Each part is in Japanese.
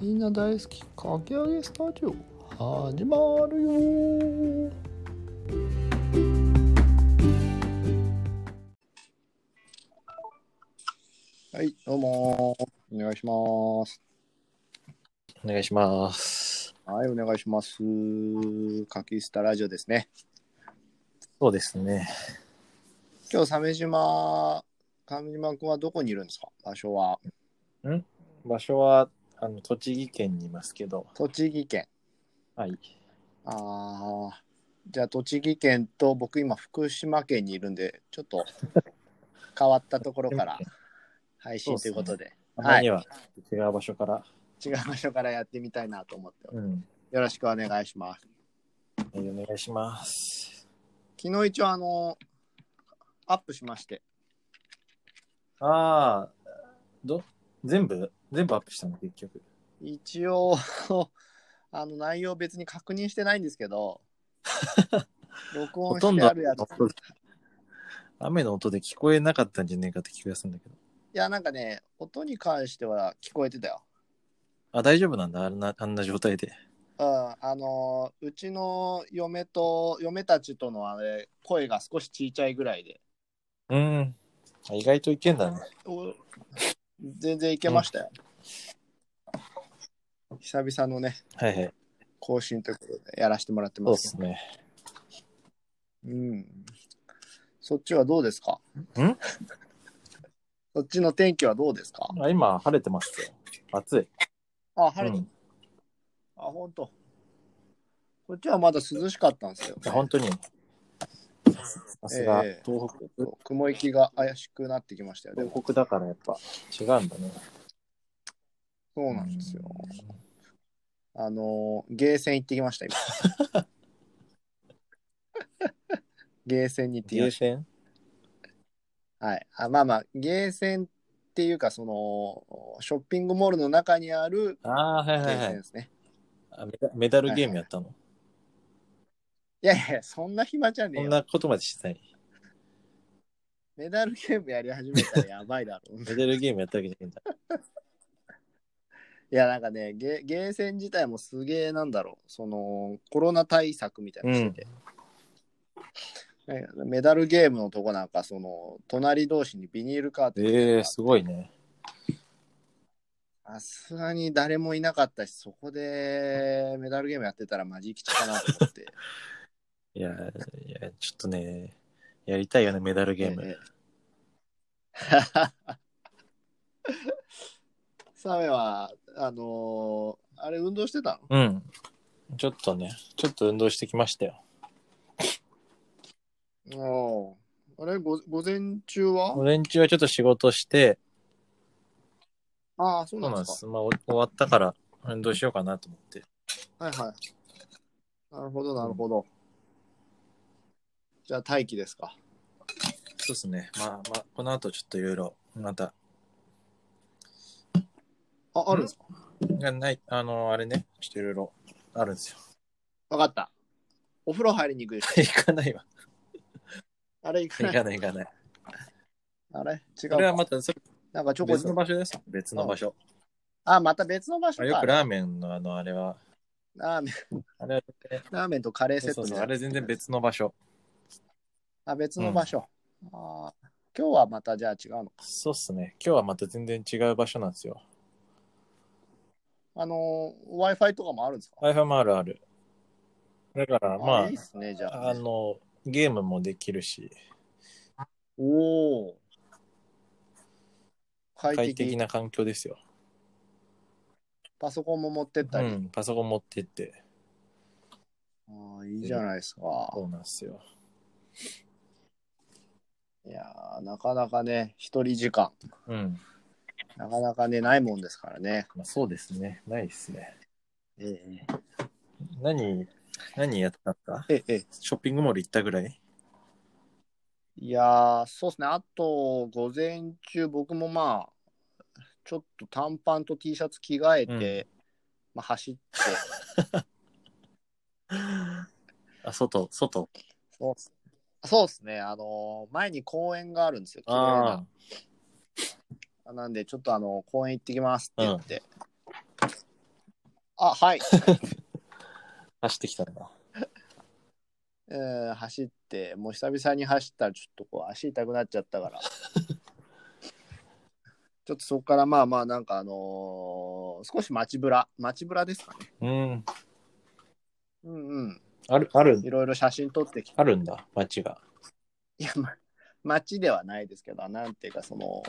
な大好きかき揚げスタジオ始まるよはいどうもお願いしますお願いします。はいお願いしますかきスタラジオですねそうですね。今日鮫島上島君はどこにいるんですか場所は場所は、あの、栃木県にいますけど、栃木県はい。ああ、じゃあ栃木県と僕今福島県にいるんで、ちょっと変わったところ から配信ということで、たはまいには違う場所から、違う場所からやってみたいなと思って、うん、よろしくお願いします。お願いします。昨日一応あの、アップしまして、ああ、ど、全部全部アップしたの、結局。一応 あの内容別に確認してないんですけ ど、録ほ音としんてどあるやつ。い雨の音で聞こえなかったんじゃねえかって気がするんだけど。や、なんかね、音に関しては聞こえてたよ。あ、大丈夫なんだ、あんなあんな状態で。うん、あのーうちの嫁と嫁たちとのあれ声が少し小さいぐらいでうん。あ意外といけんだね。お全然いけましたよ、久々のねはいはい。更新ということでやらせてもらってそうまですすね。うんそっちはどうですかんそっちの天気はどうですかあ今、晴れてますよ。暑い。あ晴れて、うんあ本当こっちはまだ涼しかったんですよいや本当に。さすが、ええ東北、雲行きが怪しくなってきましたよでも東北だからやっぱ違うんだね。そうなんですよあのーゲーセン行ってきました、今。 ゲーセンに行ってきゲまーしセンた。はい。あまあまあ、ゲーセンっていうか、その、ショッピングモールの中にあるああ、はいゲはいーはセンいですね。あメダ。メダルゲームやったの、いやいや、そんな暇じゃねえこんよ。なことまでしてない。メダルゲームやり始めたらやばいだろう。いメダルゲームやったわけじゃないんだ。や、なんかねゲ、ゲーセン自体もすげえなんだろう。その、コロナ対策みたいなのしてて。ねメダルゲームのとこなんか、その、隣同士にビニールカーテンええすごいね。さすがに誰もいなかったし、そこでメダルゲームやってたらマジ吉かなと思って。いや、いや、ちょっとね、やりたいよね、メダル ゲーム。ええ。 サメは、あのーあれ運動してたのうん。ちょっとね、ちょっと運動してきましたよ。おあれご午前中は午前中はちょっと仕事して、ああ、そうそなうんなんでですす。まあ、お終わったから運動しようかなと思って。か。はいはい。なるほど、なるほど。じゃあ待機ですか。そうですね。まあ、まあ、この後ちょっといろいろ、またあ、あるんですかいやない、あの、あれね、ちょっといろいろあるんですよ。 わかった。お風呂入りに行くでしょ。行かないわ。あれ行かな行い。かない行かない。あれ違うそれはか。また、それなんかちょこ別ちょのこ。場所です。別の場所。あ、また別の場所あか。よくラーメンのあの、あれは、ラーメン、あれは全ラーメンとカレーセ然、ットそうみたいうそ、なあれ全然。別の場所。あ、別の場所。あー今日はまたじゃあ違うのか。そうっすね。今日はまた全然違う場所なんですよ。あのー、Wi-Fi とかもあるんですか Wi-Fi もあるある。だから、まいいっすね、じゃあ、あ。あの、ゲームもできるし、おお。快快適適な環境ですよ。パソコンも持ってっうたり。ん、パソコン持ってって。あーいいじゃないですか。そうなんですよ。いやーなかなかね、一人時間、うん。なかなかね、ないもんですからね。まあ、そうですね。ないですね。ええ何、何やったんですかええええ。ショッピングモール行ったぐらいいやー、そうですね。あと、午前中、僕もまあ、ちょっと短パンと T シャツ着替えて、まあ、走って、あ、外、外。そうっすそうですね。あのー、前に公園があるんですよ。綺麗なあなんで、ちょっとあの、公園行ってきますって言って、あ、はい。走ってきたんだ。えー走って、もう久々に走ったらちょっとこう足痛くなっちゃったから。ちょっとそこからまあまあなんかあのー少し街ぶら、街ぶらですかね。ううん。んうん。ある、ある、いろいろ写真撮ってきて。あるんだ、街が。いや、ま、街ではないですけど、なんていうかその、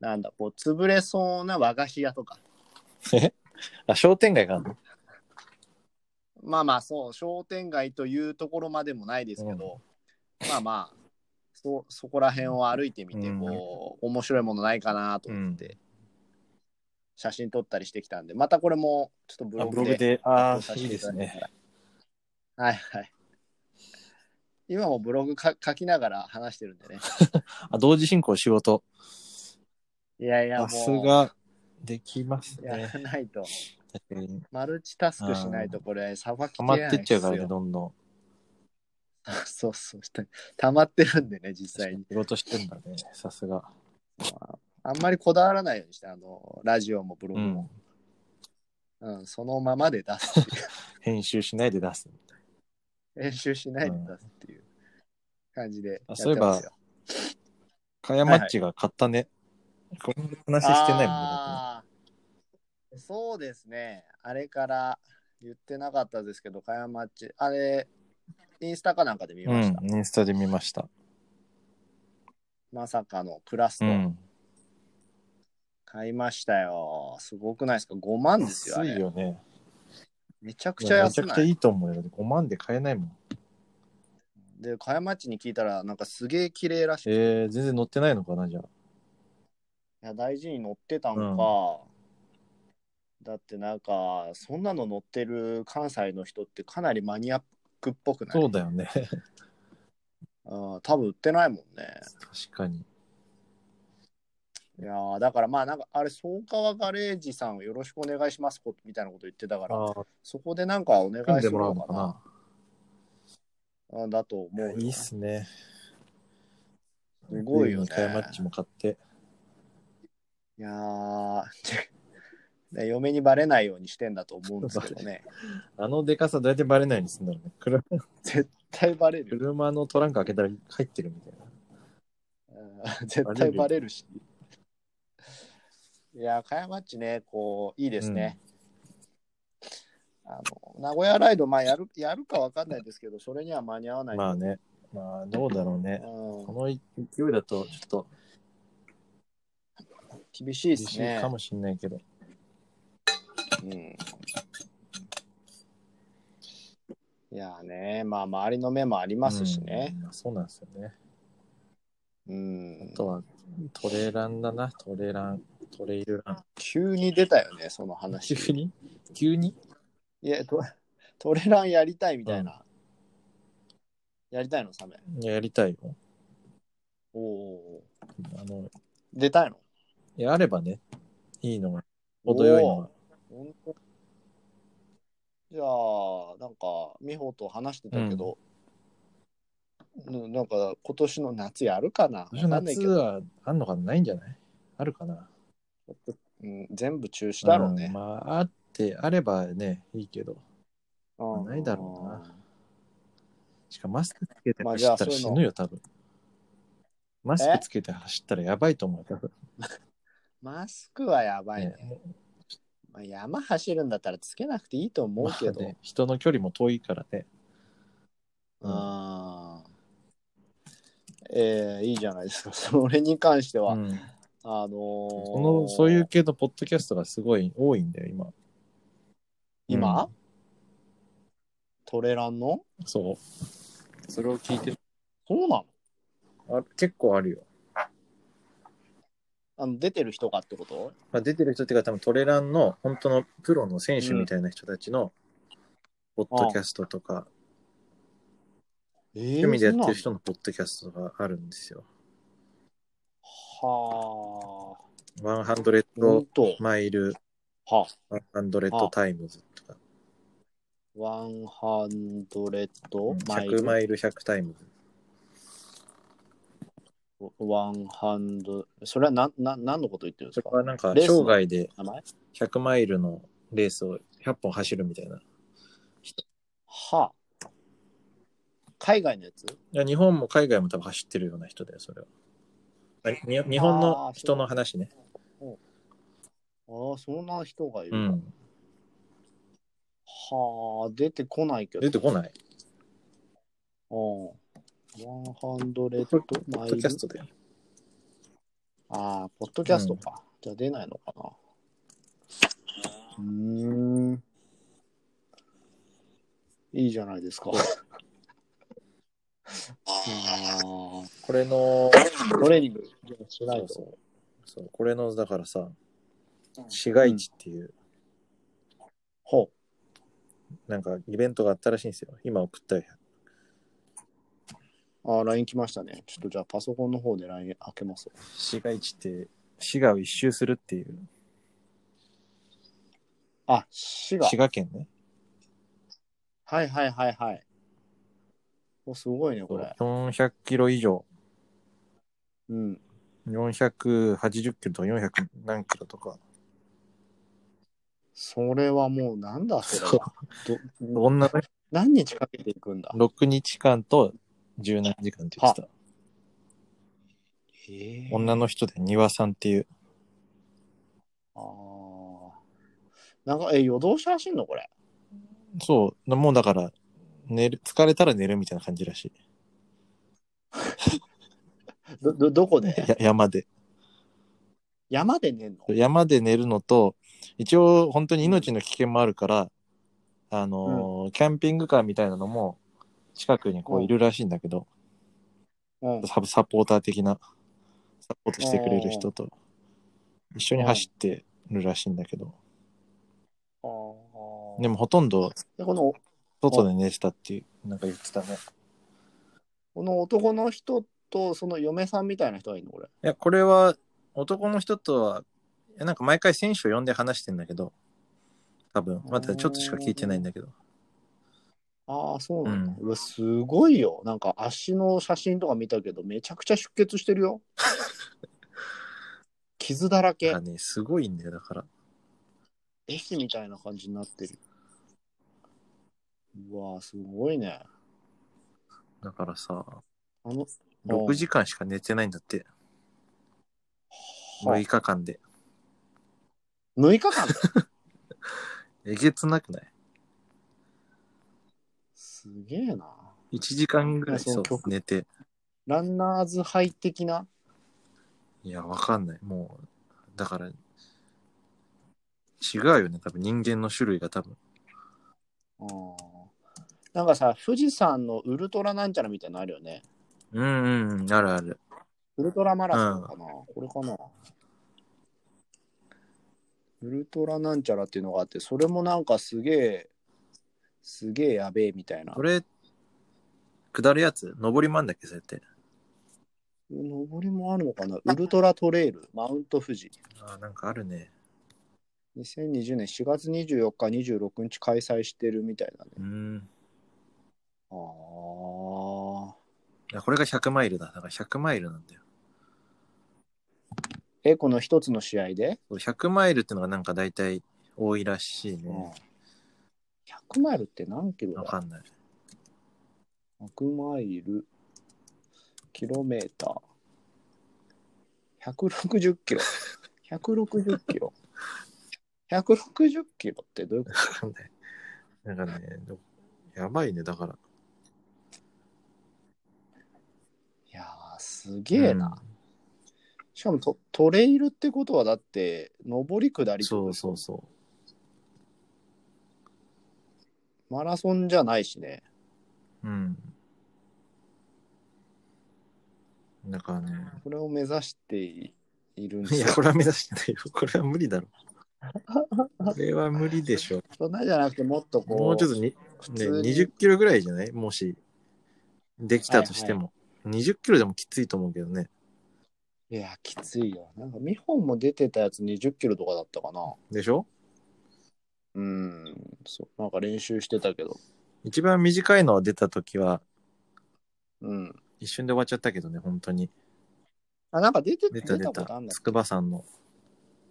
なんだ、こう、潰れそうな和菓子屋とか。えあ、商店街があるのまあまあそう、商店街というところまでもないですけど、まあまあ、そ、そこら辺を歩いてみて、うんこう、面白いものないかなと思っうて、写真撮ったりしてきたんで、またこれも、ちょっとブあロブロググで。で、あ投稿さあ、せいいてでただすいね。はいはい。今もブログか書きながら話してるんでね。あ、同時進行仕事。いやいや、もさう、すが、できますやね。らないと。確かにマルチタスクしないと、これ、さばきき溜れまないってっちゃうからですね、よ。どんどん。 そうそう。溜まってるんでね、実際に。仕事してんだね、さすが。あんまりこだわらないようにして、あの、ラジオもブロうグも。ん。うん、そのままで出すって い編集しないで出す。う。練習しないで出すっていう感じでやあっそういてえばますよ。カヤマッチが買ったね。こんな話してないもんね僕ね。あーそうですね。あれから言ってなかったですけど、かやまっち、あれ、インスタかなんかで見ました。うん、インスタで見ました。まさかのクラスうのん。買いましたよ。すごくないですか ?5 万ですよ。あ安いれよね。めちゃくめちちゃゃ安くちなゃい。いいと思うよ。5万で買えないもん。で、かやまっちに聞いたら、なんかすげえ綺麗らしい。いえー、全然乗ってないのかな、じゃあ。や大事に乗ってたんか。だってなんか、そんなの乗ってる関西の人ってかなりマニアックっぽくないそうだよね。うん、多分売ってないもんね。確かに。いやーだからまあなんかあれ総川ガレージさんよろしくお願いしますこみたいなこと言ってたからああ、そこでなんかお願組んいすでるもらのうのかかなな。うんだと思うよいいっすね。すごいよねカヤマッチも買って。いやー ね嫁にバレないようにしてんだと思うんですけどねあのでかさ、大体バレないようにするんだろうね。車絶対バレるよ、車のトランク開けたら入ってるみたいな。うん 絶対バレるしいやーかやまっちねこういいですね、あの名古屋ライド、まあ、やるやるかわかんないですけど、それには間に合わない。まあね。まあ、どうだろうね。うこん、の勢いだと、ちょっと厳しいで厳すしねいか。もしれないけど。うんいやーね、まあ周りの目もありますしね。うん。そうなんですよね。うんあとは、トレランだな、トレラン、トレイルラン。急に出たよね、その話。急に急にいやト、トレランやりたいみたいな。やりたいの、サメ。いややりたいよ。おおあの、ー。出たいのいやあればね、いいのが、程よいのが。ほんとじゃあ、なんか、美穂と話してたけど、うんなんか、今年の夏やるかなわかんない夏けど、はあんのかなないんじゃないあるかなうん、全部中止だろううんね。まあ、あって、あればね、いいけど。うんないだろうなしかもマスクつけてまあ走ったじゃあらそうい死うのぬよ、多分。マスクつけて走ったらやばいと思う、多分。マスクはやばいね。ねまあ、山走るんだったらつけなくていいと思うけど。まあね人の距離も遠いからね。あーええいいじゃないですか。 それに関しては、うんあのーそのそういう系のポッドキャストがすごい多いんだよ、今。今、うトレランのそう。それを聞いてる。そうなのあ結構あるよ。あの出てる人かってことまあ、出てる人っていうか、多分トレランの本当のプロの選手みたいな人たちの、ポッドキャストとか、ええ趣味でやってる人のポッドキャストがあるんですよ。はあ。ほ100んと。マイル、は100タイムズとか、ワンハンドレッドマイ100ル。マイル100タイムズ。ワンハンド。それはな、な、何のこと言ってるんでそすれかはなんか、レースの生涯で名前100マイルのレースを100本走るみたいな。いはあ。海外のやつや、日本も海外も多分走ってるような人だよ、それは。あに日本の人の話ね。ああ、そんな人がいるうか。ん。はあ、出てこないけど。出てこない。うん。ワンハンドレッポドッポマッイドルキャストで。ああ、ポッドキャストか。じゃあ出ないのかな。うーん。いいじゃないですか。あーこれの、トレーニングしないと。そうそうそうこれの、だからさ、市街地っていう、ほなんかイベントがあったらしいんですよ。今送ったよ。う。ああ、LINE 来ましたね。ちょっとじゃあパソコンの方で LINE 開けます。市街地って、滋賀を一周するっていう。あ、滋賀滋。賀県ね。はいはいはいはい。お、すごいね、これ。 400キロ以上。うん。 480キロとか400何キロとか。それはもうなんだ、それ は。ど女の人何日かけていくんだ。 6日間と10何時間って言ってた。へえ。女の人で庭さんっていう。ああ。なんか、え、夜通し走んのこれ。そう、もうだから、寝る、疲れたら寝るみたいな感じらしい。ど、ど、どこでや山で。山で寝んの山で寝るのと、一応本当に命の危険もあるから、あのーキャンピングカーみたいなのも近くにこううんいるらしいんだけど、うん。サブサポーター的な、サポートしてくれる人と一緒に走ってるらしいんだけど、ああ。でもほとんどで、この、外で寝てたっていう、なんか言ってたね。この男の人と、その嫁さんみたいな人がいるのこれ。いや、これは男の人とは、いやなんか毎回選手を呼んで話してんだけど、多分、まだちょっとしか聞いてないんだけど。ああ、そうなんだ。うわ、すごいよ。なんか、足の写真とか見たけど、めちゃくちゃ出血してる よ。傷だらだけから。ね、すごいんだよ、だから。絵師みたいな感じになってる。うわーすごいね。だからさ、あの、 6時間しか寝てないんだって、6 6, 日間で。 6日間えげつなくないすげえな。 ?1 時間ぐらいいやそそうの曲寝て。ランナーズハイ的ないや、わかんない。もう、だから、違うよね、多分人間の種類が多分。あーなんかさ、富士山のウルトラなんちゃらみたいなのあるよね。うんうん、あるある。ウルトラマラソンかな、これかなウルトラなんちゃらっていうのがあって、それもなんかすげえ、すげえやべえみたいな。これ、下るやつ登りまんだっけ、そうやって。登りもあるのかなウルトラトレイル、マウント富士。あー、なんかあるね。 2020年4月24日、26日開催してるみたいだね。うん。ああ。いやこれが100マイルだ。だから100マイルなんだよ。え、この一つの試合で、そう100マイルってのがなんか大体多いらしいうんね。 100マイルって何キロわだかんない。 ?100 マイル、キロメーター、160キロ、160キロ、160キロってどういうことわかんない。なんかね、どやばいね、だから。いやー、すげえな。しかもトトレイルってことはだって、上り下うんりってことそうそうそマラソンじゃないしね。う。うん。だからね。これを目指しているんでいすよや、これは目指してないよ。これは無理だろ。これは無理でしょ。そんなじゃなくて、 もっとこう、もうちょっとに、ね、普通に20キロぐらいじゃないもし、できたとしても。20キロでもきついと思うけどね。いや、きついよ。なんか、ミホンも出てたやつ20キロとかだったかな。でしょうん、そう。なんか練習してたけど。一番短いのは出た時は、うん。一瞬で終わっちゃったけどね、本当に。あ、なんか出て出た出ことあたん。だ。筑波山の。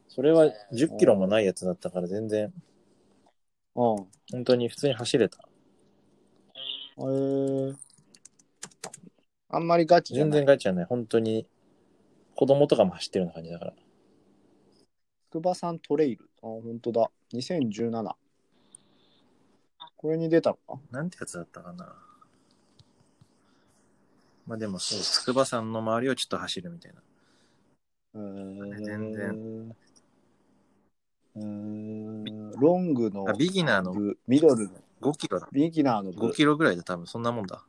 それは10キロもないやつだったから全然うん。本当に普通に走れた。えー、あんまりガチじゃ全ない。然ガチじゃない。本当に、子供とかも走ってるような感じだから。筑波山トレイル。あ、本当だ。2017。これに出たのかなんてやつだったかな。まあでもそう、筑波山の周りをちょっと走るみたいな。えー、全然。うーん、ロングのあ、ビギナーの部、ミドルの、 5キロだ。ビギナーの部5、キロぐらいで多分そんなもんだ。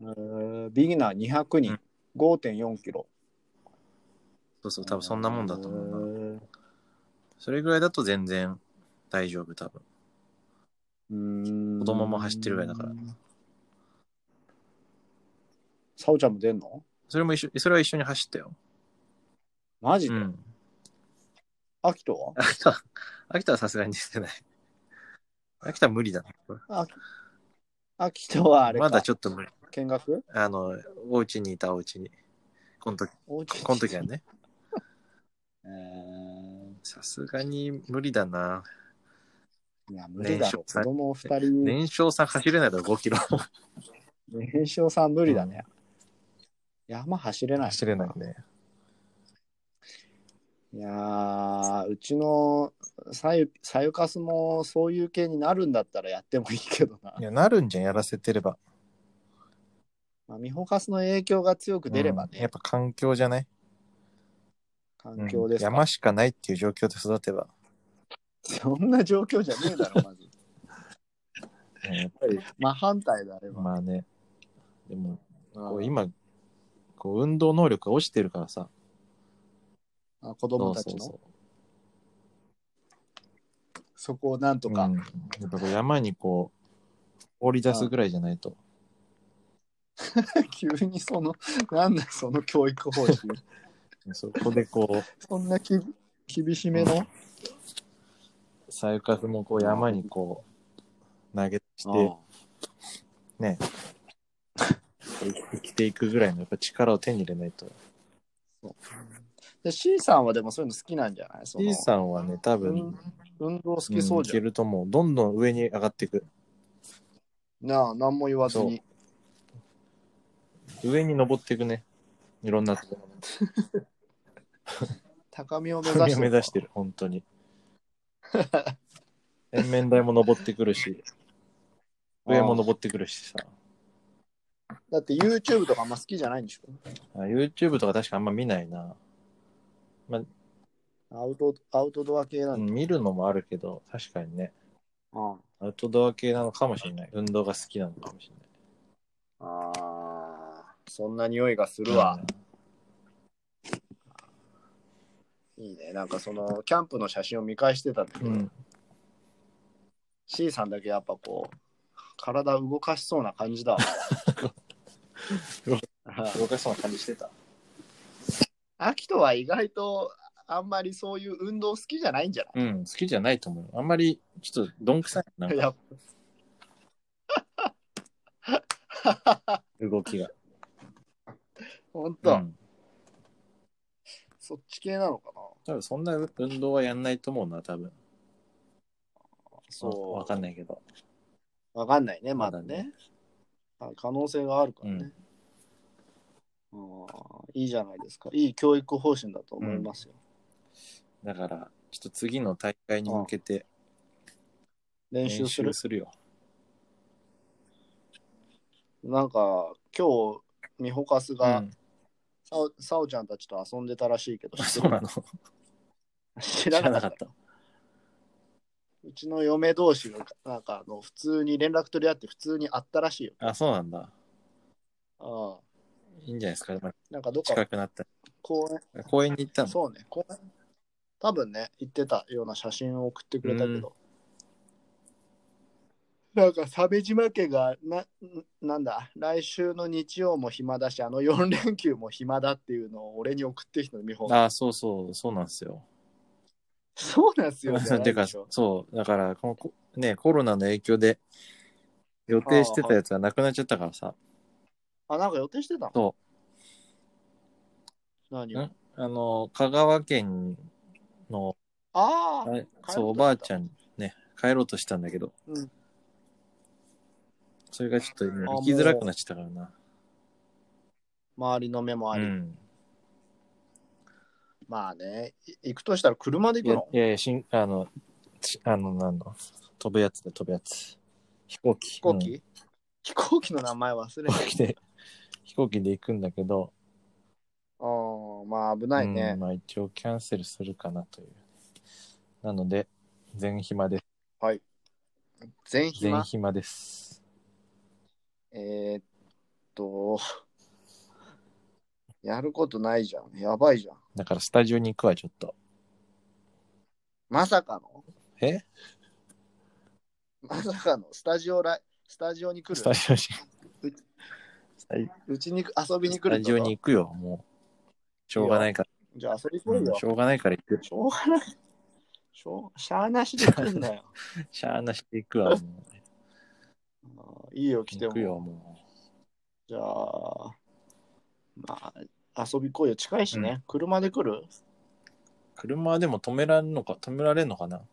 えービギナー200人、5.4キロ。そうそう、多分そんなもんだと思うな。う。それぐらいだと全然大丈夫、多分。うーん子供も走ってるぐらいだから。サオちゃんも出んのそれも一緒、それは一緒に走ったよ。マジうで、ん。アキト秋田、秋田はさすがに出てない。 秋田は無理だな。これはアキトはあれか、まだちょっと無理。見学あの、お家にいたお家に。この時、おうちこの時はね。えーさすがに無理だな。いや、無理だろ。年少さ子供二人、年少さん走れないだろ、5キロ。年少さん無理だね。山走れない。走れないね。いやー、うちのさゆ、さゆかすもそういう系になるんだったらやってもいいけどな。いや、なるんじゃん、やらせてれば。まあ、みほかすの影響が強く出ればうんやっね、ぱ環境じゃない環境ですか、うん山しかないっていう状況で育てば。そんな状況じゃねえだ ろ、まず。うんやっぱり、真反対だ、あれは。まあね。でも、こううん今、こう運動能力が落ちてるからさ。あ子供たちのそそうそうそうこをなんとか、うんやっぱこう山にこう、放り出すぐらいじゃないと。 急にその、なんだその教育 方針。そこでこそんなき厳しめの、う、サイカスもこう山にこう、投げ出して、生きていくぐらいのやっぱ力を手に入れないと。で C さんはでもそういうの好きなんじゃないその T さんはね、多分、運運動好うんきそういじゃけん。るともう、どんどん上に上がっていく。なあ、何も言わずに。上に登っていくね。いろんなとこ高みを目ろ指して上を目指してる、本当に。洗面台も登ってくるし、上も登ってくるしさ。だって YouTube とかあんま好きじゃないんでしょあ YouTube とか確かあんま見ないな。アウトアウトドア系なうんだ。見るのもあるけど、確かにね。あアウトドア系なのかもしれない。運動が好きなのかもしれない。あー、そんな匂いがするわ。いいね。なんかその、キャンプの写真を見返してたんだけうど、ん。 C さんだけやっぱこう、体動かしそうな感じだわ動。あ 動かしそうな感じしてた。アキトは意外とあんまりそういう運動好きじゃないんじゃうん、好きじゃないと思う。あんまり、ちょっと、どんくさい。ななんいか、やっ動きが。ほんと、うん。そっち系なのかな多分、そんな運動はやんないと思うな、多分。そう。わかんないけど。わかんないね、ままだだねね。あ可能性があるからね、うんいいじゃないですか。いい教育方針だと思いますよ。だから、ちょっと次の大会に向けて練習するするよ。なんか、今日、ミホカスうが、ん。 さおさおちゃんたちと遊んでたらしいけど、知ってそるうなの知知ららななかかっ。ったた。うちの嫁同士が、なんかあの、普通に連絡取り合って、普通に会ったらしいよ。あ、そうなんだ。ああいいんじゃないですか。まあなんかどっか近くなった公園、ら。公園に行ったの。そうね、公園、多分ね、行ってたような写真を送ってくれたけど、なんか、鮫島家がな、なんだ、来週の日曜も暇だし、あの4連休も暇だっていうのを俺に送ってきたの、美穂が。あ、そうそう、そうなんですよ。そうなんすよ、 じゃないてでかしょ、そう、だから、このこね、コロナの影響で予定してたやつがなくなっちゃったからさ。あ、なんか予定してたのそ何う。をんあの、香川県の、ああ、あたそう、おばあちゃんね、帰ろうとしたんだけど、うんそれがちょっと今あもう行きづらくなっちゃったからな。周りの目もあり。うん、まあね、い行くとしたら車でい行くやのいやいやしん、あの、しあの、なんだ、飛ぶやつで飛ぶやつ。飛行機。飛行うん機、飛行機の名前忘れ 飛行機で、飛行機で行くんだけど、あーまあ危ないねうん。まあ一応キャンセルするかなという。なので、全暇です。全全暇。暇です。えーっと、やることないじゃん。やばいじゃん。だからスタジオに行くわ、ちょっと。まさかのえまさかのスタジオライスタジオに来スるタジオに。スタうちに遊びに来スるタとジオに行くよ、もう。しょうがないから。じゃあ遊び来ういんよし。ょうがないから行く。しょうがない。しょうしゃあなしで来ん なよ。しゃーなして行くわ、もう。あーいいよ、来て行くよ、も。もじゃあ、まあ、遊び来いよ。近いしね。車で来るう。車でも止めらんのか、止められんのかな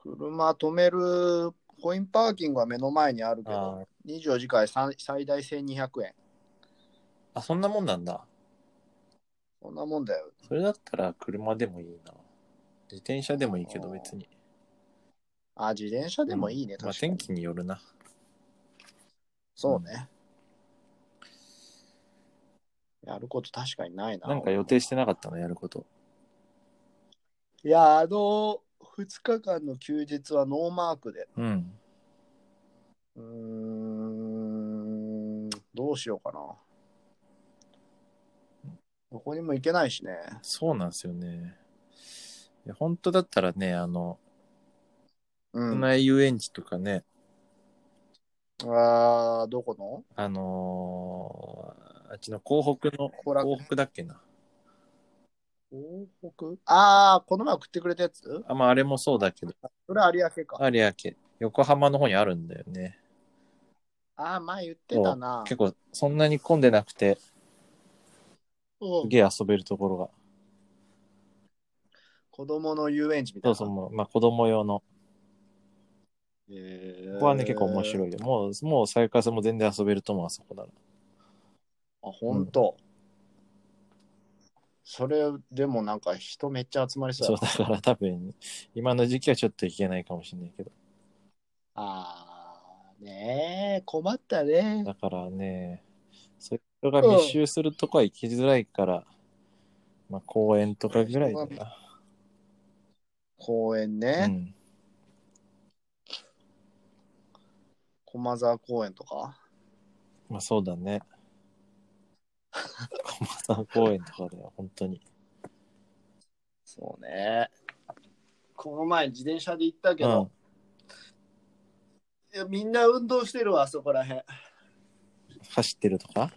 車止めるコインパーキングは目の前にあるけあど、24時間最最大1200円。ーあ、そんなもんなんだ。そんなもんだよ。それだったら車でもいいな。自転車でもいいけど、あー別に。あ、自転車でもいいね、まあ、確かに。天気によるな。そうね。やること確かにないな。なんか予定してなかったの、やること。いや、あの、2日間の休日はノーマークで。うん。うーん、どうしようかな。どこにも行けないしね。そうなんですよね。いや本当だったらね、あの、う都ん。内遊園地とかね、あーどこのあのーあっちの港北の、後楽港北だっけな。東北ああ、この前送ってくれたやつあ、まあ、あれもそうだけど、それは有明か。有明、横浜の方にあるんだよね。ああ、前言ってたな。結構、そんなに混んでなくて、うすんげえ遊べるところが。子供の遊園地みたいそな。うそう、もうまあ、子供用の。へーここはね、結構面白いよ。もう、もう、再開さんも全然遊べると思う、あそこなら。あ、ほんと。それでもなんか人めっちゃ集まりそうそやなう、だから多分、今の時期はちょっと行けないかもしれないけど。ああ、ねえ、困ったね。だからね、そういう人が密集するとこは行きづらいから、まあ、公園とかぐらいだな。公園うね。ん。駒沢公園とか。まあ、そうだね。駒沢公園とかだよ、本当に。そうね。この前自転車で行ったけど、いやみんな運動してるわ、あそこらへん。うん、走ってるとか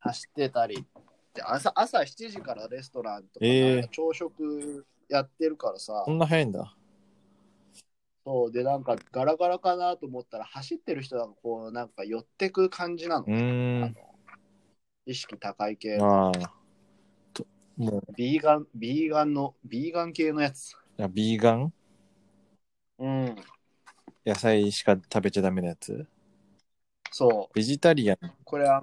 走ってたり。で朝朝7時からレストランとか、ええなんか朝食やってるからさ、そんな早いんだ。そうでなんかガラガラかなと思ったら走ってる人がこうなんか寄ってく感じなの、うーん。意識高い系ああ。ともうビーガンビーガンのビーガン系のやついや、ビーガンうん野菜しか食べちゃダメなやつそうベジタリアン。これは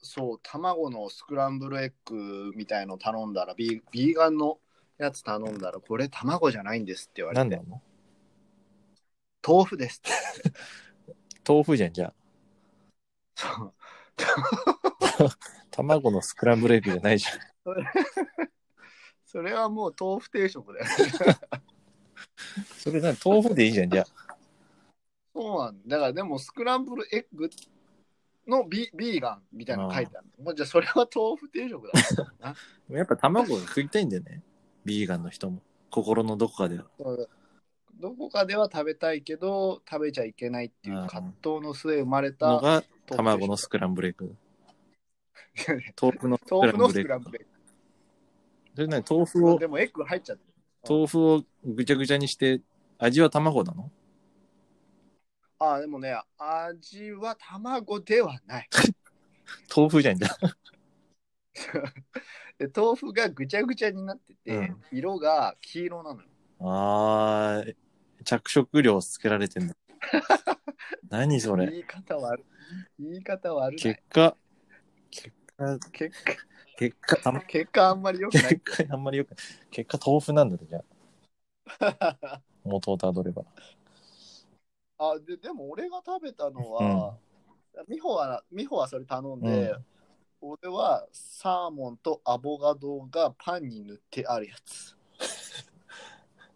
そう卵のスクランブルエッグみたいの頼んだらビービーガンのやつ頼んだらこれ卵じゃないんですって言わなれんてなの豆腐ですって 豆腐じゃん、じゃあ。そう卵のスクランブルエッグじゃないじゃん。それはもう豆腐定食だよ ねそれな、豆腐でいいじゃん、じゃあ。そうなんだだからでもスクランブルエッグのビビーガンみたいなの書いてあるもうじゃあそれは豆腐定食だやっぱ卵が食いたいんだよね。ビーガンの人も。心のどこかでは。そうどこかでは食べたいけど食べちゃいけないっていう葛藤の末生まれのたが卵のスクランブルエッグ。豆腐のスク豆ラ腐ンのブスルエクランッブグ。ルエッそれなに豆腐グをで、もエッグ入っちゃってる豆腐をぐちゃぐちゃにして、味は卵なのああでもね味は卵ではない豆腐じゃん、じゃあ。で豆腐がぐちゃぐちゃになってて、うん色が黄色なのよあー、着色料つけられてんだ。何それ。言い方悪い。言い方悪い。結果、結果、結結果、あん果、結果あんまり良くな結 い。果、あんまりよく、結果豆腐なんだね、じゃあ。 元をたどれば。あででも俺が食べたのは、美穂は美穂はそれ頼んで、俺はサーモンとアボカドがパンに塗ってあるやつ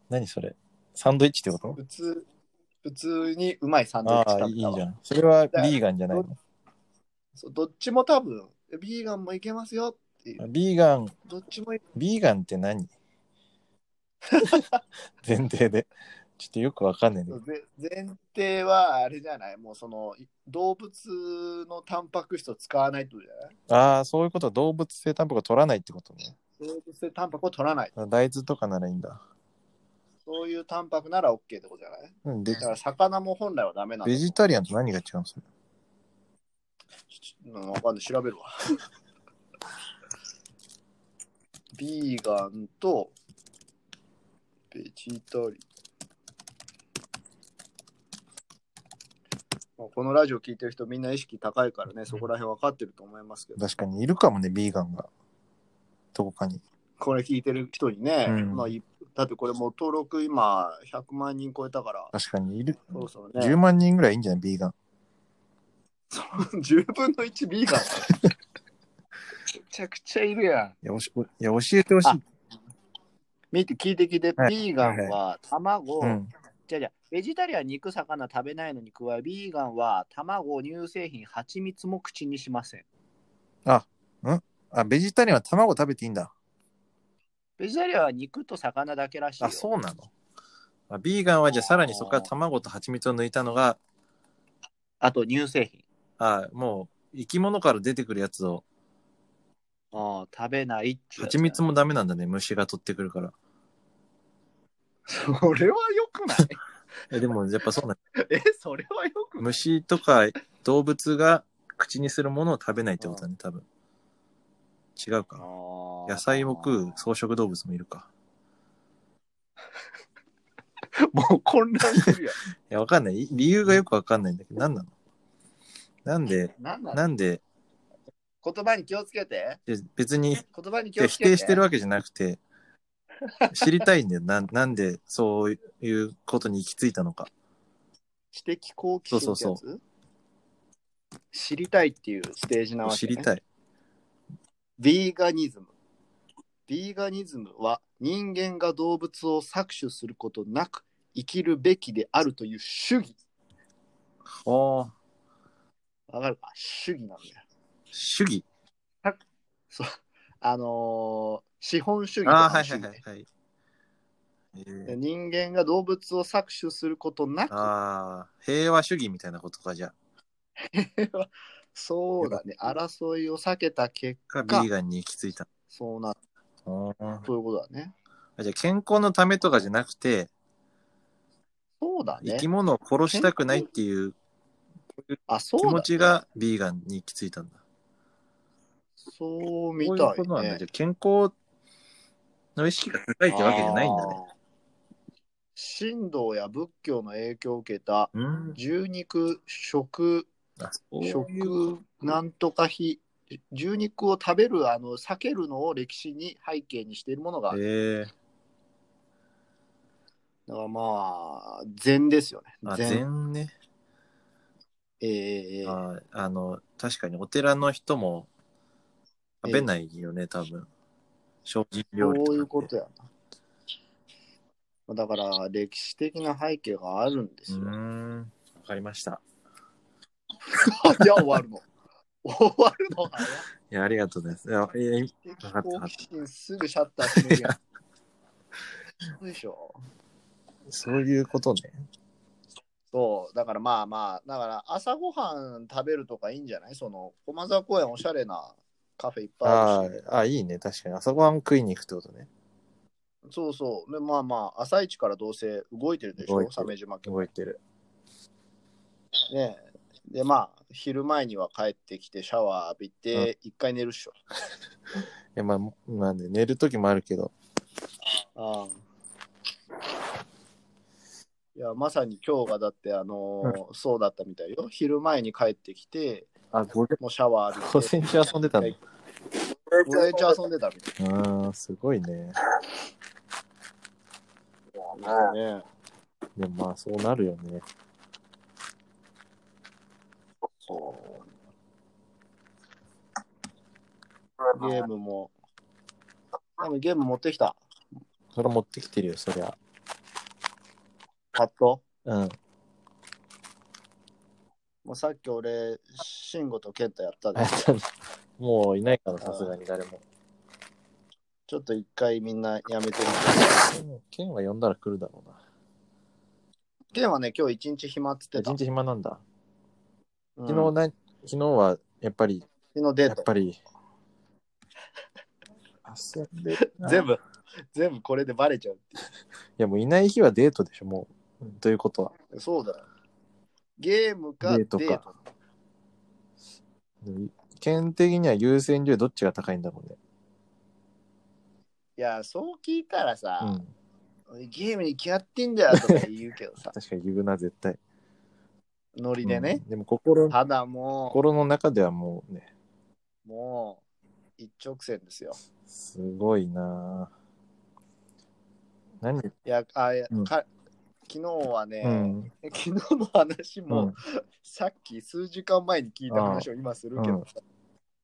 何それ。サンドイッチってこと普通普通にうまいサンドイッチああ、だいっいじたわゃん。それはビーガンじゃないの。そうどっちも多分ビーガンもいけますよっていうビーガン、どっちもいビーガンって 何前提で。ちょっとよくわかんないね。ぜ前提はあれじゃないもうそのい動物のタンパク質を使わないってことじゃないああ、そういうこと、動物性タンパクを取らないってことね。動物性タンパクを取らない大豆とかならいいんだ。そういうタンパクなら OK ってことじゃないうんでだから魚も本来はダメなんだベジタリアンと何が違うんですかうん、わかんない、調べるわ。 ビーガンとベジタリアン。このラジオ聞いてる人みんな意識高いからね、そこら辺分かってると思いますけど、確かにいるかもね、ビーガンが。どこかに。これ聞いてる人にね、うんまあ、いだってこれもう登録今100万人超えたから、確かにいる。そろそろね 10、万人ぐらいいいんじゃないビーガン。 10分の1ビーガン。めちゃくちゃいるやん。いや、おしおいや教えてほしい。見て聞いて聞いて、はいビーガンは卵、うん。じゃあじゃあベジタリアン肉魚食べないのに加えビーガンは卵乳製品蜂蜜も口にしませんあ、ベジタリアンは卵食べていいんだ。ベジタリアンは肉と魚だけらしいよあ、そうなのあビーガンはじゃあさらにそこから卵と蜂蜜を抜いたのが、あと乳製品あもう生き物から出てくるやつを、あー食べないっちゅうやつ蜂蜜もダメなんだね、虫が取ってくるから。 それはよく ないえでもやっぱそうなんだ。えそれはよくない虫とか動物が口にするものを食べないってことだね、多分。違うあか。ー野菜も食う草食動物もいるか。もう混乱するやいや、わかんない。い理由がよくわかんないんだけど、何なのなんで、 んなんなのなんで、言葉に気をつけていや別に言葉に気を否つけて定してるわけじゃなく て、知りたいんだよ。なんなんでそういうことに行き着いたのか。知的好奇心ってやつそうそ知りたいっていうステージなわけ、ね、知りたい。ビーガニズム。ビーガニズムは人間が動物を搾取することなく生きるべきであるという主義。おーわかるか主義なんだよ。主義。そう。あのー資本主義とああ、かはのい主義ねはいはい、はい。えでー人間が動物を搾取することなく、ああ、平和主義みたいなことか、じゃそうだね、争いを避けた結あ。かビーガンに行き着いた。そうな、おーそういうことだね。あじゃあ、健康のためとかじゃなくて、そうだ生ねき。物を殺したくないっていうあ、そう気だ、ね、持ちがビーガンに行き着いたんだ。そうみこういうたい、ね。ことなんだ。じゃあ、健康の意識が高いってわけじゃないんだね。あー。神道や仏教の影響を受けたうん。牛肉食あ、そういう食なんとか非牛肉を食べるあの避けるのを歴史に背景にしているものがある、ええだからまあ禅ですよねあ、禅禅ね。ええええああの、確かにお寺の人も食べないよね、多分。精進料理とかそってういうことやなだから歴史的な背景があるんですうよ、ーん。わかりました。 いや終わるの終わるの早いいや、ありがとうございますいや。いやい敵わかった好奇心すぐシャッター閉めるやん。そうでしょそういうことね。そう、だからまあまあ、だから朝ごはん食べるとかいいんじゃないその、駒沢公園おしゃれなカフェいっぱいああるし。あ、あいいね。確かに。朝ごはん食いに行くってことね。そうそう。でまあまあ、朝一からどうせ動いてるでし動いょてる鮫島家も動いてる。ね。でまあ、昼前には帰ってきてシャワー浴びて、一回寝るっしょ。いや、まあ、まあね、寝るときもあるけど、ああいや、まさに今日がだって、あのーそうだったみたいよ。昼前に帰ってきて、あ、午前もうシャワー浴午びて、前中遊んでたんだ。午前中遊んでたみたうーん、すごいね。いなね。でもまあ、そうなるよね。そう。ゲームも。でもゲーム持ってきた。それ持ってきてるよ、そりゃ。パッと。うん。もうさっき俺、慎吾と健太やったあでや。ったねもういないから、さすがに誰も。ちょっと一回みんなやめてみて。ケンは呼んだら来るだろうな。健はね、今日一日暇っつって一た。日暇なんだ。うん昨日な、昨日はやっぱり、昨日デやーっト。ぱり。焦ってるな全部、全部これでバレちゃう。いや、もういない日はデートでしょ、もう。ということは。そうだよ。ゲームかデデーートトか県的には優先順位どっちが高いんだろうね。いや、そう聞いたらうさ、ん。俺ゲームに気合ってんだよとか言うけど 、さ確かに言うな、絶対。ノリでね。うんでも心、ただも心の中ではもうね、う、もう、一直線ですよ。すごいなぁ何、いや、あいやうんか昨日はね、うん、昨日の話も、うんさっき数時間前に聞いた話を今するけどさ、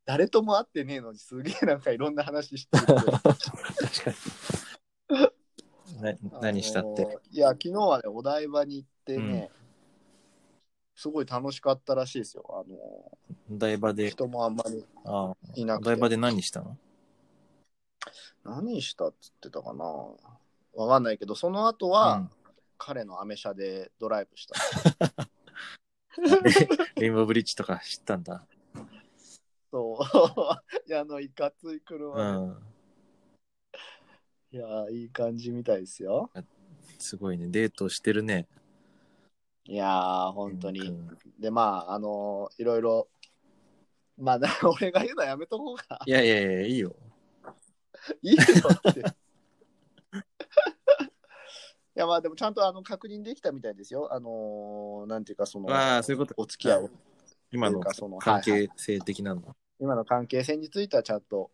誰とも会ってねえのにすげえなんかいろんな話してるけど 確か に。な何したっあて。のいや、昨日はね、お台場に行ってね、すごい楽しかったらしいですよ。あのお台場で、人もあんまりあいあなおく台場て。で何したの何したっつってたかなわかんないけど、その後は、彼のアメ車でドライブ した。うんレレインボーブリッジとか知ったんだ。そう。い や、あの、いかつい車うで、ん。いや、いい感じみたいですよ。すごいね。デートしてるね。いやー、本当うに。んで、まあ、あのいろいろ、まあ、な 俺が言うのはやめとこうか。いやいやいや、いいよ。いいよ って。いや、まあ、でもちゃんとあの確認できたみたいですよ。あのーなんていうか、その、ああ、そういうこと。お付き合いを。今とのいうかその関はい係性的なの。今の関係性についてはちゃんと、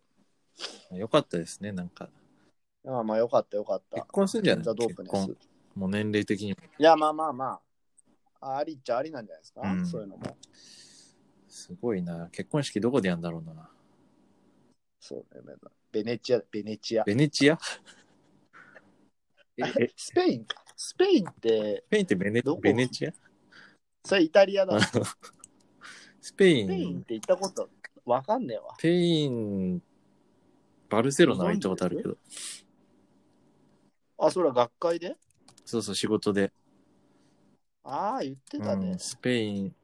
よかったですね、なんか。まあ、まあ、よかった、よかった。結婚するんじゃないザ・ドープ結ネ婚ス。もう年齢的にも。いや、まあまあまあ、あありっちゃありなんじゃないですか、うんそういうのも。すごいな。結婚式どこでやんだろうな。そうね、ベネチア、ベネチア。ベネチア ええスペインか。スペインって、スペインってベネどこベネチアそれイタリアだ。ススペイペインっン、て行ったことわかんねえわス。ペイン、バルセロナは行ったことあるけど、あ、それは学会でそうそう、仕事で、ああ、言ってたね。うんスペイン、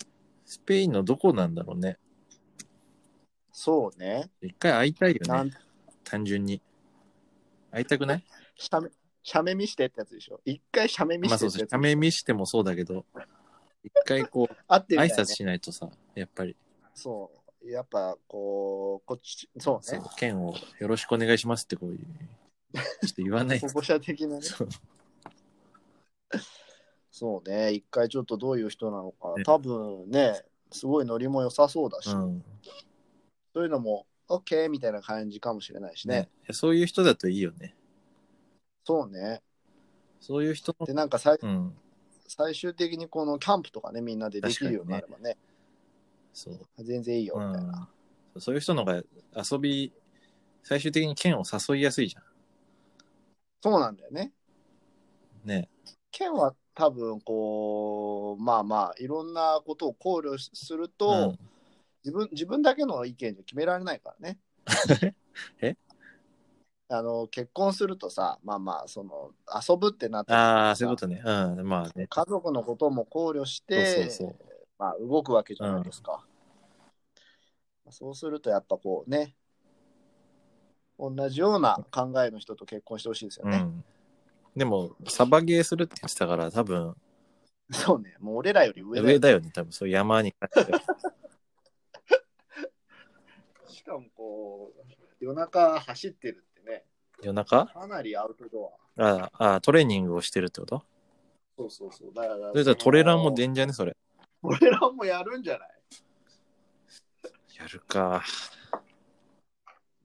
スペインのどこなんだろうね。そうね。一回会いたいよなねん、単純に。会いたくないシャメ、シャメ見してってやつでしょ。一回シャメ見まあしてっそうてそう、やつ。ため見してもそうだけど、一回こう、合ってる挨みたいね拶しないとさ、やっぱり。そう。やっぱ、こう、こっち、そうそねう。、県をよろしくお願いしますってこういう、ちょっと言わないと保護者的なね。そうそうね。一回ちょっとどういう人なのかね。多分ね、すごいノリも良さ そうだし、うんそういうのも、OK みたいな感じかもしれないしね。ね、そういう人だといいよね。そうね。そういう人の、で、なんか最うん、最終的にこのキャンプとかね、みんなでできるようになればね、そう、全然いいようみたいな。ん、そういう人の方が遊び、最終的に県を誘いやすいじゃそうなんだよね。ん。ね、県は多分こうまあまあいろんなことを考慮すると、うん自分自分だけの意見じゃ決められないからね。 えあの結婚するとさまあまあその遊ぶってなってああ、そういうことね。うん、まあね。家族のことも考慮しそうてそうそう。まあ、動くわけじゃないですか。そうするとやっぱこうね同じような考えの人と結婚してほしいですようね。ん。でも、サバゲーするって言ってたから、多分、 そうねもう俺らより上だよ上だよね、多分、そういう山に帰って。 しかもこう、夜中走ってるってね、夜中かなりアウトドア。ああ、トレーニングをしてるってことそうそうそう。だからそれじゃトレーラーも出んじゃねそれ。トレーラーもやるんじゃないやるか。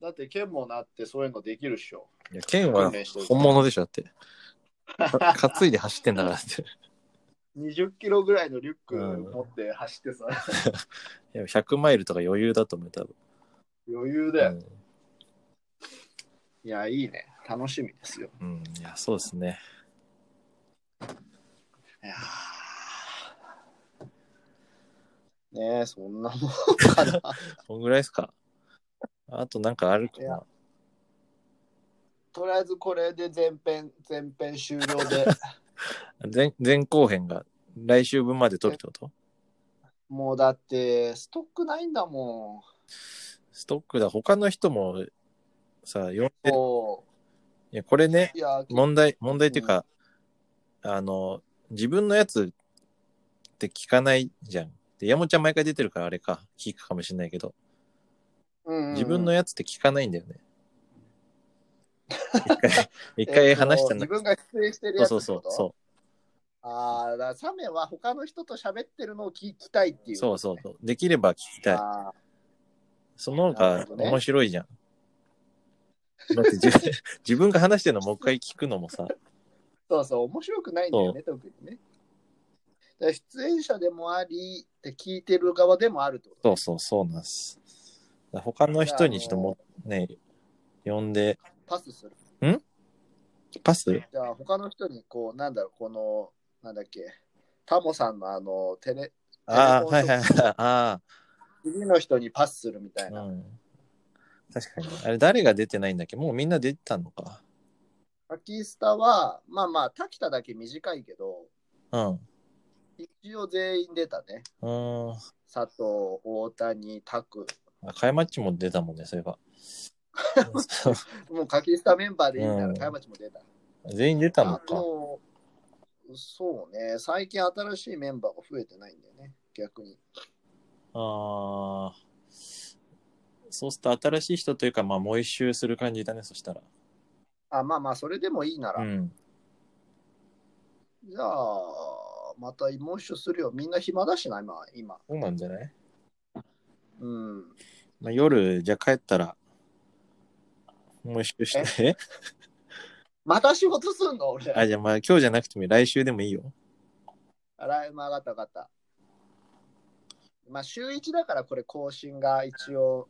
だって県もなってそういうのできるっしょ。いや、剣は訓練してる本物でしょ だって。か担いで走ってんだからだって。 20キロぐらいのリュックうん持って走ってさ、いや100マイルとか余裕だと思うよ、多分。余裕だよ。うんいや、いいね。楽しみですよ。うん、いや、そうですね。いやーねえ、そんなもんかな。こんぐらいですか。あとなんかあるかいやな。とりあえずこれで全編、全編終了 で、前前後編が来週分まで撮るってこともうだって、ストックないんだもストックだ。他の人もさ、読んん。で、もいや、これね、う、いや、問題、問題っていうか、あの、自分のやつって聞かないじゃん。で、山本ちゃん毎回出てるからあれか、聞くかもしれないけど、うんうんうん自分のやつって聞かないんだよ ね。一回、一回話したんだえっと自分が出演してるそやうつそうってこそうと。そ。ああ、だからサメは他の人と喋ってるのを聞きたいっていうう。そうそうそう。できれば聞きたい。あその方なるがほどね面白いじゃん。だって自 分自分が話してるのもう一回聞くのもさ、そうそう、面白くないんだよね、特にね。だから出演者でもあり、って聞いてる側でもあるってことそうそうそうなんです。だから他の人にちょっともね、呼んで、パスする。パスじゃあ、他の人に、こう、なんだろう、この、なんだっけ、タモさんのあの、テレ、ああ、テレフォンはいはいはい。あ次の人にパスするみたあ、いな。うん。確かに。あれ、誰が出てないんだっけもうみんな出てたのか。パキスタは、まあまあ、滝田だけ短いけど、うん。う一応全員出たね。ーん。佐藤、大谷、拓。あ、カイマッチも出たもんね、そうい えば。そうもうパキスタメンバーでいいなうら、ん茅町も出た。全員出たのあか。のそうね、最近新しいメンバーが増えてないんだよね、逆に。ああ。そうすると新しい人というか、まあ、もう一周する感じだね、そしたら。あ、まあまあ、それでもいいなら。うん。じゃあ、またもう一緒するよ。みんな暇だしな、今。今そうなんじゃない、うん。まあ、夜、じゃあ帰ったら、もう一周して。また仕事すんの俺。あ、じゃあまあ、今日じゃなくてもいい来週でもいいよ。あら、まあ、わかったわかった。まあ、週1だから、これ更新が一応、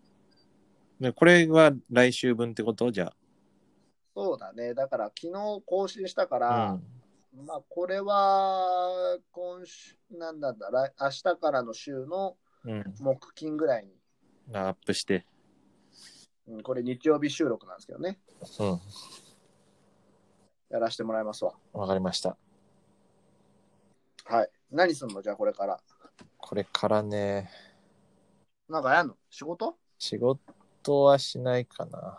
ねこれは来週分ってことじゃそうだね。だから、昨日更新したかあ。ら、うんまあ、これは、今週、なんだんだ、来明日からの週のうん。木金ぐらいに、アップして。うん、これ日曜日収録なんですけどね、うん。やらせてもらいますわ。わかりました。はい。何すんのじゃあこれから。これからね、なんかやんの仕事仕事はしないかな。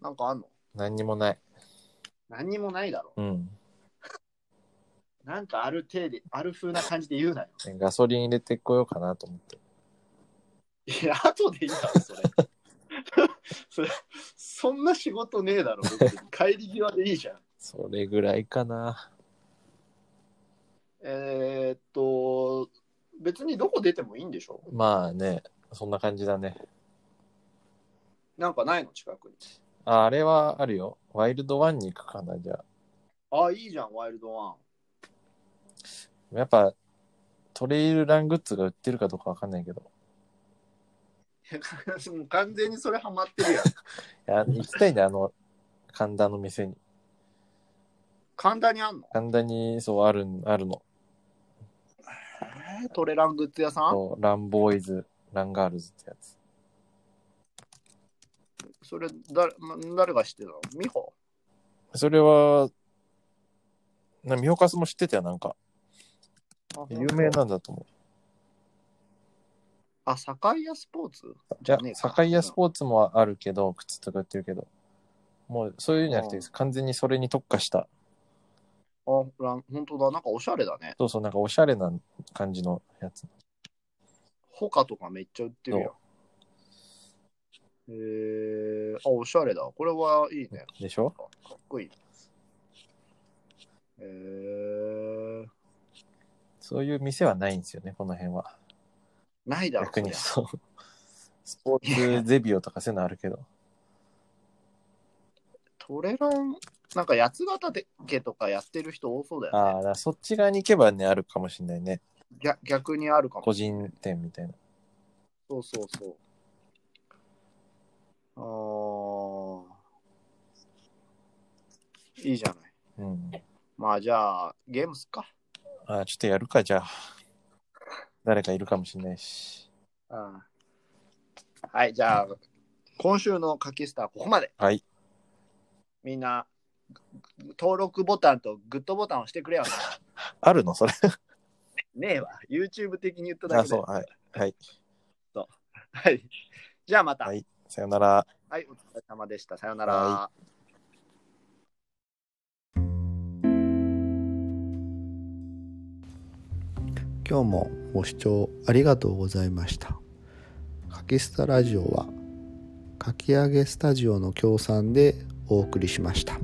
なんかあんの何にもない。何にもないだろ。うん。なんかある程度、ある風な感じで言うなよ。ガソリン入れてこようかなと思って。 いや、後でいいだろ、それ。 それそんな仕事ねえだろ、別に帰り際でいいじゃん。それぐらいかな。えーっと、別にどこ出てもいいんでしょまあね、そんな感じだね。なんかないの、近くに。ああれはあるよ。ワイルドワンに行くかな、じゃあ。あ、いいじゃん、ワイルドワン。やっぱ、トレイルラングッズが売ってるかどうかわかんないけ ど。もう完全にそれハマってるやん。いや、行きたいね、あの、神田の店に。簡単にあんの神田に、そう、ある、あるの。えートレラングッズ屋さんそうランボーイズ、ランガールズってやつ。それ誰、ま誰が知ってたの美穂それは、な、ミホカスも知ってたよ、なんか。有名。なんだと思う。あ、堺屋スポーツじゃあねえ、か堺屋スポーツもあるけど、靴とか売ってるけど、もうそういうんじゃなくてうん、完全にそれに特化した、あ、ラン本当だ。なんかおしゃれだね。そうそう、なんかおしゃれな感じのやつ。ホカとかめっちゃ売ってるやん。えー、あ、おしゃれだ。これはいいね。でしょかっこいい。へえ。そういう店はないんですよね、この辺は。ないだろ、そ逆にりゃそう。スポーツゼビオとかそういうのあ るけど。トレロン、なんか八ヶ岳とかやってる人多そうだああ、よだね。からそっち側に行けばね、あるかもしれないね。逆逆にあるかも個。人店みたいな。そうそうそう。ああ。いいじゃない。うん。まあじゃあ、ゲームすっか。ああ、ちょっとやる か、じゃあ。誰かいるかもしれないし。うん。はい、じゃあ、今週のカキスタはここまで。はい。みんな、登録ボタンとグッドボタンを押してくれよな。あるのそれ。ねえわ。YouTube 的に言っただけあで。そう。はい。はい。はい。じゃあまた。ははいい、さよなら。お疲れ様でした。さようなら。は今日もご視聴ありがとうございました。かきスタラジオはかき上げスタジオの協賛でお送りしました。